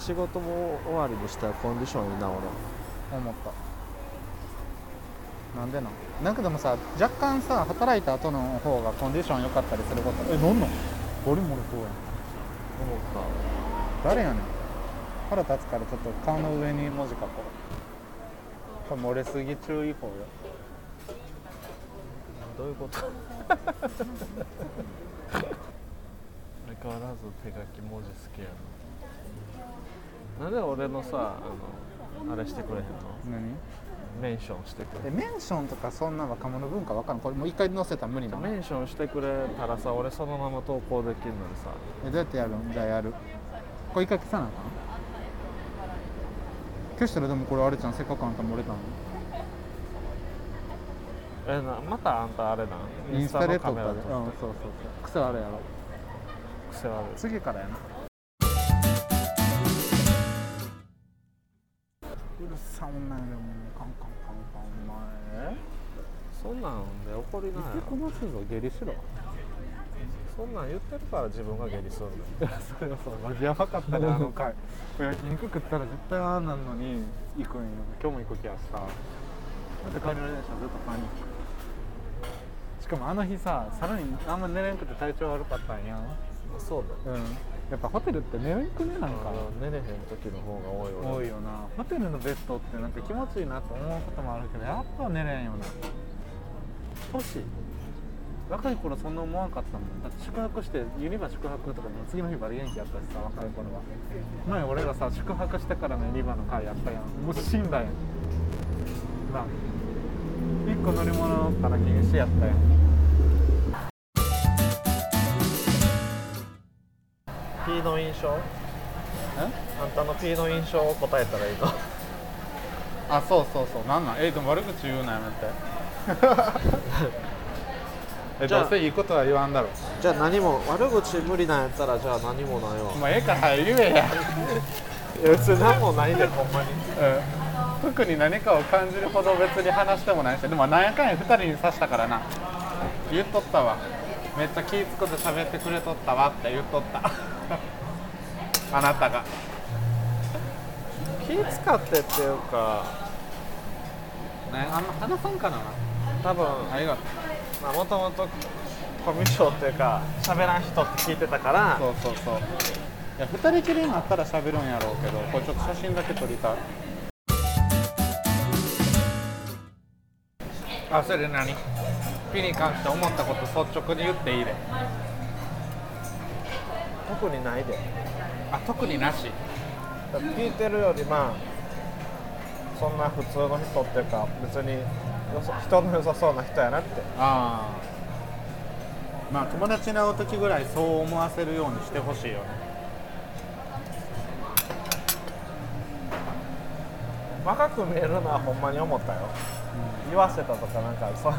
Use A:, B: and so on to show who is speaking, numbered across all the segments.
A: 仕事も終わりにしたらコンディションいいな俺
B: 思ったなんでなんなんかでもさ若干さ働いた後の方がコンディション良かったりすることえなんなん俺も俺そうやん
A: 思っ
B: 誰やねん腹立つからちょっと顔の上に文字書こうこれ漏れすぎ注意報よ
A: たどういうこと相変わらず手書き文字好きやななんで俺のさあのあれしてくれへんの
B: 何
A: メンションしてくれ
B: えメンションとかそんな若者文化わかんないこれもう一回載せたら無理なの
A: メンションしてくれたらさ俺そのまま投稿できるのにさ
B: えどうやってやるんじゃあやるこれ一回消さなあかん消したらでもこれあれじゃんせっかくあんた漏れたの
A: えなまたあんたあれなん
B: インスタで撮
A: カ
B: っ
A: メ
B: た
A: ラ
B: で
A: で
B: うんそうそうそう癖あるやろ
A: 癖悪い
B: 次からやなうるさ女やでもうカンカンカンカンお前
A: そんなんで怒りなよ
B: この人が下痢しろ
A: そんなん言ってるから自分が下痢するんだ よ
B: それはそうマジやばかったねあの回焼肉食ったら絶対ああなんのに行くんよ今日も行く気やしさだって帰りの電車ずっとパニックしかもあの日ささらにあんま寝れんくて体調悪かったんや
A: そうだよ
B: うんやっぱホテルって寝れんくねなんか
A: あー寝れへん時の方が多い俺
B: 多いよなホテルのベッドってなんか気持ちいいなと思うこともあるけどやっぱ寝れんよな年若い頃そんな思わんかったもんだって宿泊してユニバ宿泊とかの次の日バリ元気やったしさ若い頃は前俺らさ宿泊してからのユニバの会やったやんもう死んだやんな1個乗り物から禁止やったやん
A: ピーの印象あんたのピーの印象を答えたらいいの
B: あそうそうそうなんなんえでも悪口言うなやめて え
A: じゃあ
B: どうせいいことは言わんだろ
A: じゃあ何も悪口無理なんやったらじゃあ何もないわ
B: お前ええから言え や
A: いや別に何もないでほんまに
B: うん特に何かを感じるほど別に話してもないしでもなんやかんや2人に刺したからな言っとったわめっちゃ気ぃつくて喋ってくれとったわって言っとった あなたが
A: 気使ってっていうか
B: ねあんま話さんかな
A: 多分
B: ありがと
A: もともとコミュ障っていうか喋らん人って聞いてたから
B: うそうそうそういや2人きりになったら喋るんやろうけどこれちょっと写真だけ撮りたいあそれで何ピに関して思ったこと率直に言っていいで
A: 特にないで
B: あ特になし
A: 聞いてるよりまあそんな普通の人っていうか別によそ人の良さそうな人やなって
B: ああまあ友達に会う時ぐらいそう思わせるようにしてほしいよね
A: 若く見えるのはほんまに思ったよ、言わせたとかなんかそう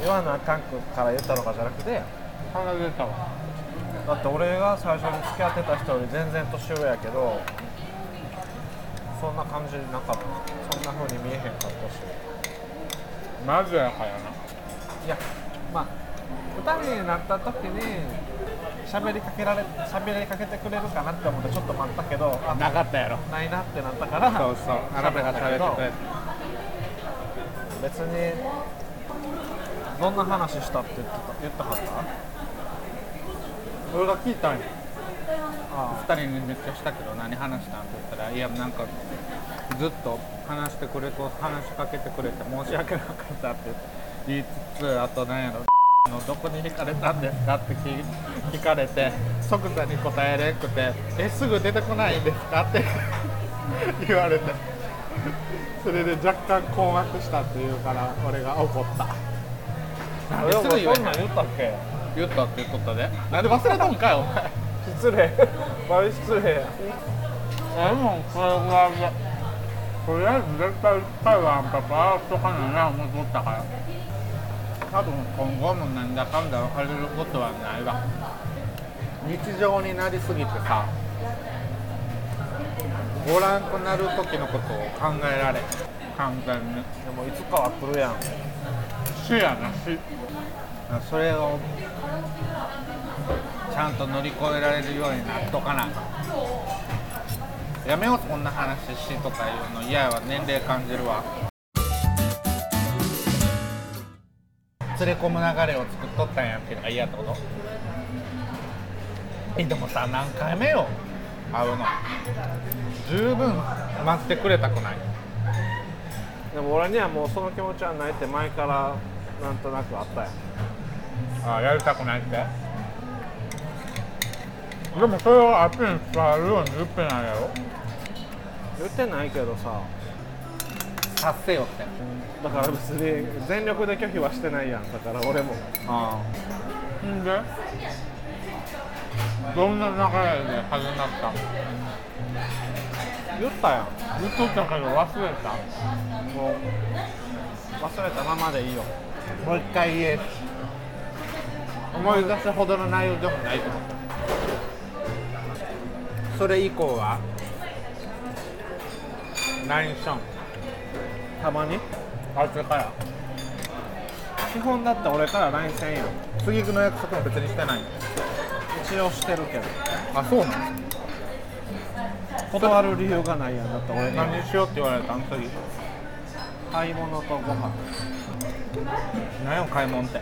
A: 言わなあかんくから言ったのかじゃなくて
B: 鼻出たわ
A: だって俺が最初に付き合ってた人より全然年上やけどそんな感じなかったそんな風に見えへんかったし
B: マジやかや
A: いやまあ2人になった時に喋りかけられ喋りかけてくれるかなって思ってちょっと待ったけどあ
B: ななかったやろ
A: ないなってなったから
B: そうそうあなたが喋ってくれて
A: 別にどんな話したって言ってた言ったかった
B: 俺が聞いたんや
A: あ
B: 2人にめっちゃしたけど何話したんって言ったらいやなんかずっと話してくれと話しかけてくれて申し訳なかったって言いつつあと何やろ のどこに惹かれたんですかって聞聞かれて即座に答えれんくて「えすぐ出てこないんですか?」って 言われてそれで若干困惑したっていうから俺が怒った
A: あ
B: なんですぐ言えへん
A: 言ったっけ
B: 言ったって言っとったでなんで忘れたんかいお前
A: 失礼 バリ失礼や
B: でもこれはとりあえず絶対一回はあんたバーっとかなな思っとったから多分今後もなんだかんだ分かれることはないわ日常になりすぎてさおらんくなる時のことを考えられん完全に
A: でもいつかは来るやん
B: 死やな死それをちゃんと乗り越えられるようになっとかなあかんやめようこんな話しとかいうの嫌やわ年齢感じるわ連れ込む流れを作っとったんやっていうのが嫌ってことえでもさ何回目よ会うの十分待ってくれたくない
A: でも俺にはもうその気持ちはないって前からなんとなくあったやん
B: あやりたくないってでもそれをアピール伝わるように言ってないやろ
A: 言ってないけどさ
B: 達成よって
A: だから別に全力で拒否はしてないやんだから俺も
B: ああんでどんな流れで始まったの
A: 言ったやん
B: 言っとったけど忘れた
A: もう忘れたままでいいよ
B: もう一回言え思い出すほどの内容でもないと思うそれ以降は何しょん
A: たまに
B: あいつから
A: 基本だって俺から LINE せんやん
B: 次の約束も別にしてない
A: 一応してるけど
B: あそうなの
A: 断る理由がないやんだって俺には
B: 何しようって言われたん次
A: 買い物とご飯
B: 何を買い物って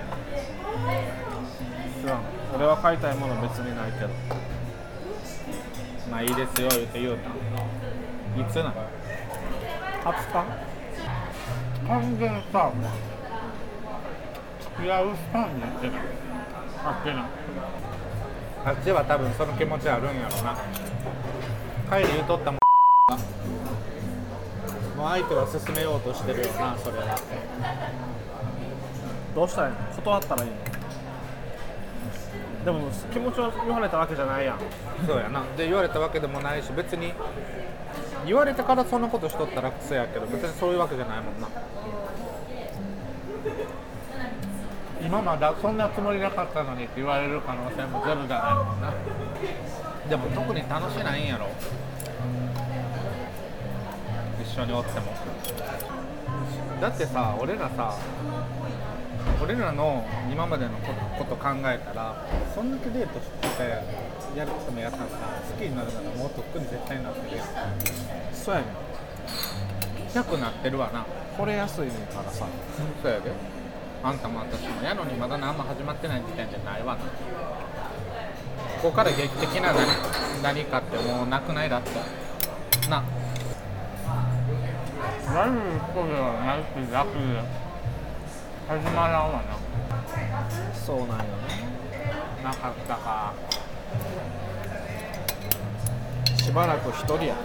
A: 知らん俺は買いたいもの別にないけど
B: まあいいですよ言うて言うたいつなの
A: 初感
B: 完全にさもう付き合うスパンになってないあってないあっちは多分その気持ちあるんやろな帰り言うとったもんがもう相手は進めようとしてるよなそれは
A: どうしたらいいの断ったらいいのでも気持ちを言われたわけじゃないやん
B: そうやなで言われたわけでもないし別に言われたからそんなことしとったら癖やけど別にそういうわけじゃないもんな今まだそんなつもりなかったのにって言われる可能性もゼロじゃないもんなでも特に楽しないんやろ一緒におってもだってさ俺らさ俺らの今までのことこと考えたらそんだけデートしてやることもやったらさ好きになるならもうとっくに絶対になってるやん
A: そうやねん
B: 100なってるわな
A: これ安いねんからさ
B: そうやであんたも私もやのにまだ何も始まってない時点じゃないわなここから劇的な何何かってもうなくないだってな何そうではないし楽で始まらんわな
A: そうなんよね
B: なかったか
A: しばらく一人や